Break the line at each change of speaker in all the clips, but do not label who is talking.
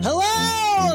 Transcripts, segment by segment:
Hello,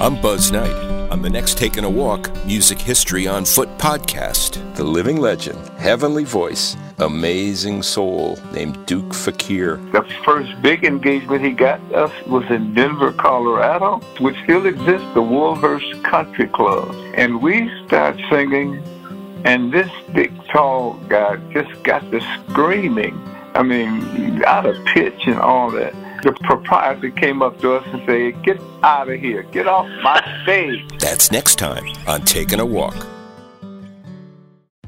I'm Buzz Knight. On the next Taking a Walk Music History on Foot podcast, the living legend, heavenly voice, amazing soul named Duke Fakir
The first big engagement he got us was in Denver, Colorado, which still exists, the Wolvers Country Club. And we start singing, and this big, tall guy just got to screaming. I mean, out of pitch and all that. The proprietor came up to us and said, Get out of here. Get off my stage.
That's next time on Taking a Walk.